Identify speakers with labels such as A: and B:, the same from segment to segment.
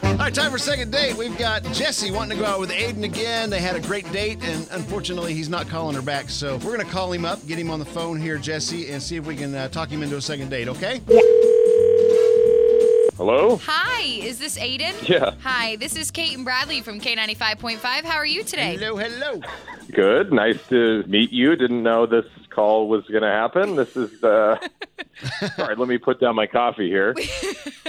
A: All right, time for second date. We've got Jesse wanting to go out with Aiden again. They had a great date, and unfortunately, he's not calling her back. So we're going to call him up, get him on the phone here, Jesse, and see if we can uh, talk him into a second date, okay?
B: Hello?
C: Hi, is this Aiden?
B: Yeah.
C: Hi, this is Kate and Bradley from K95.5. How are you today?
A: Hello, hello.
B: Good. Nice to meet you. Didn't know this call was going to happen. This is, uh, sorry, let me put down my coffee here.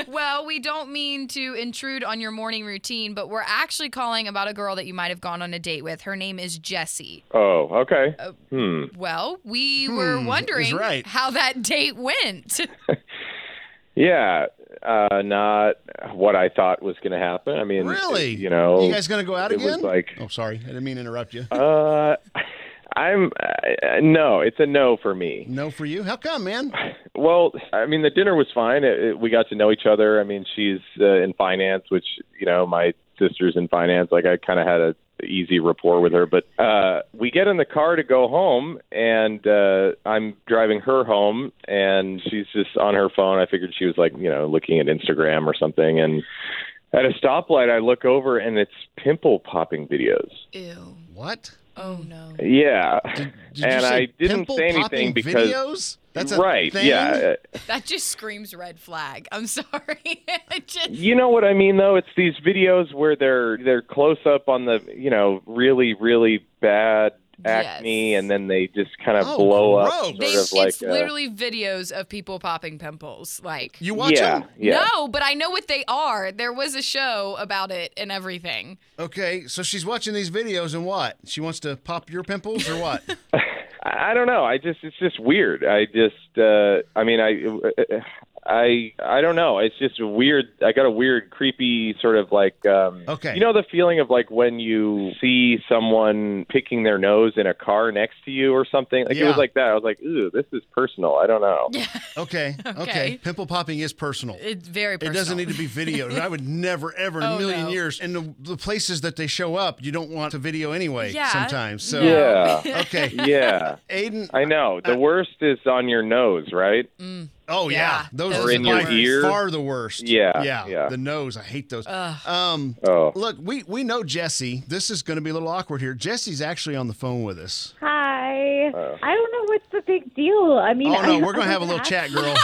C: Well, we don't mean to intrude on your morning routine, but we're actually calling about a girl that you might have gone on a date with. Her name is Jessie.
B: Oh, okay. Hmm.
C: Well, we were wondering
A: right.
C: how that date went.
B: Yeah. Uh, not what I thought was going to happen. I mean,
A: Really?
B: uh, You know,
A: you guys going to go out
B: it
A: again?
B: was like,
A: oh, sorry. I didn't mean to interrupt you.
B: uh, I'm, uh, no, it's a no for me.
A: no for you. How come, man?
B: Well, I mean, the dinner was fine. It, it, we got to know each other. I mean, she's uh, in finance, which you know, my sister's in finance. Like, I kind of had a easy rapport with her. But uh, we get in the car to go home, and uh, I'm driving her home, and she's just on her phone. I figured she was like, you know, looking at Instagram or something, and. At a stoplight, I look over and it's pimple popping videos.
C: Ew.
A: What?
C: Oh, no.
B: Yeah,
A: Did you
B: and
A: say
B: I didn't
A: pimple
B: say anything
A: popping
B: because
A: videos? That's a
B: right.
A: thing?
B: Yeah, uh,
C: That just screams red flag. I'm sorry. It just,
B: You know what I mean, though. It's these videos where they're they're close up on the you know really really bad acne,
C: Yes.
B: and then they just kind of
A: Oh,
B: blow
A: gross.
B: up. Sort
C: they,
B: of like
C: it's
B: uh,
C: literally videos of people popping pimples. Like,
A: You watch
B: yeah,
A: them?
B: yeah.
C: no, but I know what they are. There was a show about it and everything.
A: Okay, so she's watching these videos and what? She wants to pop your pimples or what?
B: I I don't know. I just it's just weird. I just uh I mean I I I don't know. It's just a weird. I got a weird, creepy sort of like um
A: Okay.
B: You know the feeling of like when you see someone picking their nose in a car next to you or something. Like it
A: Yeah.
B: was like that. I was like, ooh, this is personal. I don't know.
A: Okay, okay.
C: Okay.
A: Pimple popping is personal.
C: It's very
A: It
C: personal.
A: doesn't need to be videoed. I would never, ever in a
C: Oh,
A: million
C: no.
A: years. And the, the places that they show up, you don't want to video anyway
C: Yeah.
A: sometimes. So,
B: Yeah.
A: okay.
B: yeah.
A: Aiden,
B: I know.
A: Uh,
B: The worst is on your nose, right?
A: oh, yeah.
C: Yeah,
A: Those
C: those
A: are
C: are
B: in
A: by
B: your ear.
A: far the worst.
B: Yeah,
A: Yeah.
B: yeah.
A: The nose. I hate those. Um,
B: Oh.
A: Look, we, we know Jesse. This is going to be a little awkward here. Jesse's actually on the phone with us.
D: Hi. I don't know what's the big deal. I mean,
A: Oh no,
D: I-
A: we're gonna have a little chat, girl.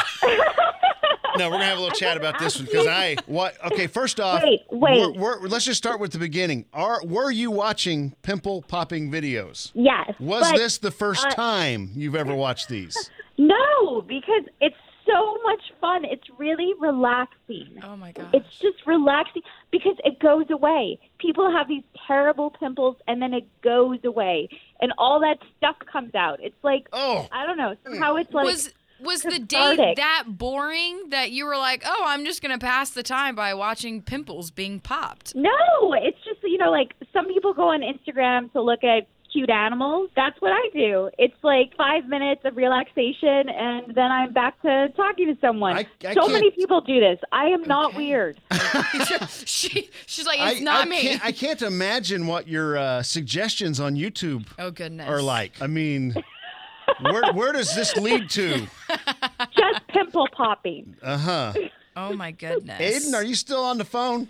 A: no, we're gonna have a little chat about this one because I what? Okay, first off,
D: Wait, wait.
A: We're, we're, let's just start with the beginning. Are were you watching pimple popping videos?
D: Yes.
A: Was
D: but
A: this the first time you've ever watched these?
D: No, because it's so much fun. It's really relaxing.
C: Oh my gosh.
D: It's just relaxing because it goes away. People have these terrible pimples and then it goes away and all that stuff comes out. It's like
A: Oh,
D: I don't know. Somehow it's like
C: was was the date
D: cathartic.
C: that boring that you were like, "Oh, I'm just going to pass the time by watching pimples being popped."
D: No, it's just you know like some people go on Instagram to look at cute animals. That's what I do. It's like five minutes of relaxation, and then I'm back to talking to someone.
A: I- I
D: so many
A: can't-
D: people do this. I am not weird.
C: she she's like,
A: I,
C: "It's not
A: I
C: me."
A: Can't, I can't imagine what your uh, suggestions on YouTube
C: oh goodness.
A: are like. I mean, where where does this lead to?
D: just pimple popping.
A: Uh huh.
C: Oh my goodness.
A: Aiden, are you still on the phone?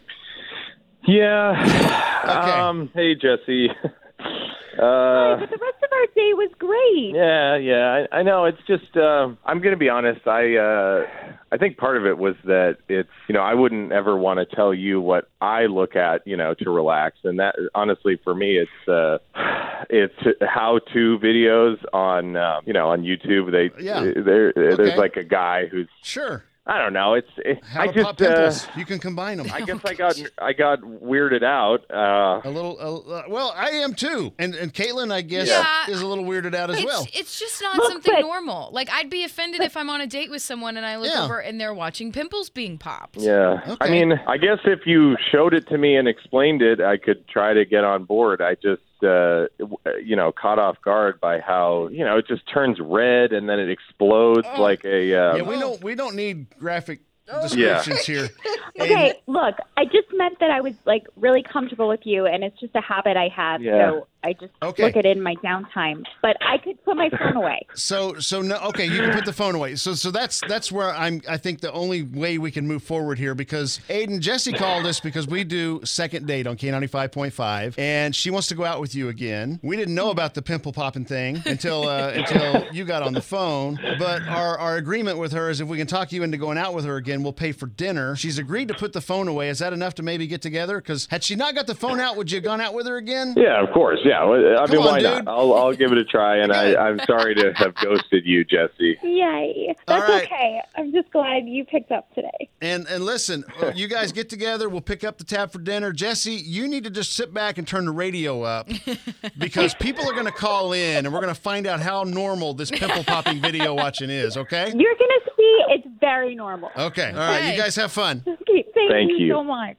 B: Yeah.
A: Okay.
B: Um, hey, Jesse. Uh,
D: but the rest of our day was great.
B: yeah, yeah. I, I know. It's just. Uh, I'm going to be honest. I. Uh, I think part of it was that it's. You know, I wouldn't ever want to tell you what I look at. You know, to relax. And that, honestly, for me, it's. Uh, it's how-to videos on. Um, you know, on YouTube. They.
A: Yeah.
B: There,
A: Okay.
B: There's like a guy who's
A: Sure.
B: I don't know. It's it,
A: Have
B: I
A: a pop Oh,
B: just uh,
A: pimples. you can combine them.
B: I guess I got I got weirded out. Uh,
A: A little, uh, well, I am too, and and Caitlin, I guess,
C: Yeah.
A: is a little weirded out as
C: It's,
A: well.
C: it's just not
D: Look,
C: something
D: but-
C: normal. Like I'd be offended if I'm on a date with someone and I look
A: Yeah.
C: over and they're watching pimples being popped.
B: yeah,
A: Okay.
B: I mean, I guess if you showed it to me and explained it, I could try to get on board. I just uh, w- you know caught off guard by how you know it just turns red and then it explodes like a uh,
A: Oh. yeah, we don't we don't need graphic
B: Yeah.
A: descriptions here.
D: Okay, look, I just meant that I was like really comfortable with you, and it's just a habit I have,
B: Yeah.
D: so I just
A: Okay.
D: look at it in my downtime. But I could put my phone away.
A: So so no okay, you can put the phone away. So so that's that's where I'm I think the only way we can move forward here because Aiden Jesse called us because we do second date on K95.5 and she wants to go out with you again. We didn't know about the pimple popping thing until uh, until you got on the phone, but our our agreement with her is if we can talk you into going out with her again, we'll pay for dinner. She's agreed to put the phone away. Is that enough to maybe get together? Cuz had she not got the phone out, would you have gone out with her again?
B: Yeah, of course. Yeah, Well, I
A: Come
B: mean,
A: on,
B: why
A: dude.
B: not? I'll I'll give it a try, and I, I'm sorry to have ghosted you, Jesse.
D: Yay.
A: All
D: That's
A: right.
D: okay. I'm just glad you picked up today.
A: And and listen, uh, you guys get together. We'll pick up the tab for dinner. Jesse, you need to just sit back and turn the radio up because people are going to call in and we're going to find out how normal this pimple popping video watching is. Okay.
D: You're going to see it's very normal.
A: Oh. Okay. All right. You
C: Okay.
A: guys have fun.
D: Okay, thank,
B: Thank
D: you
B: you.
D: so much.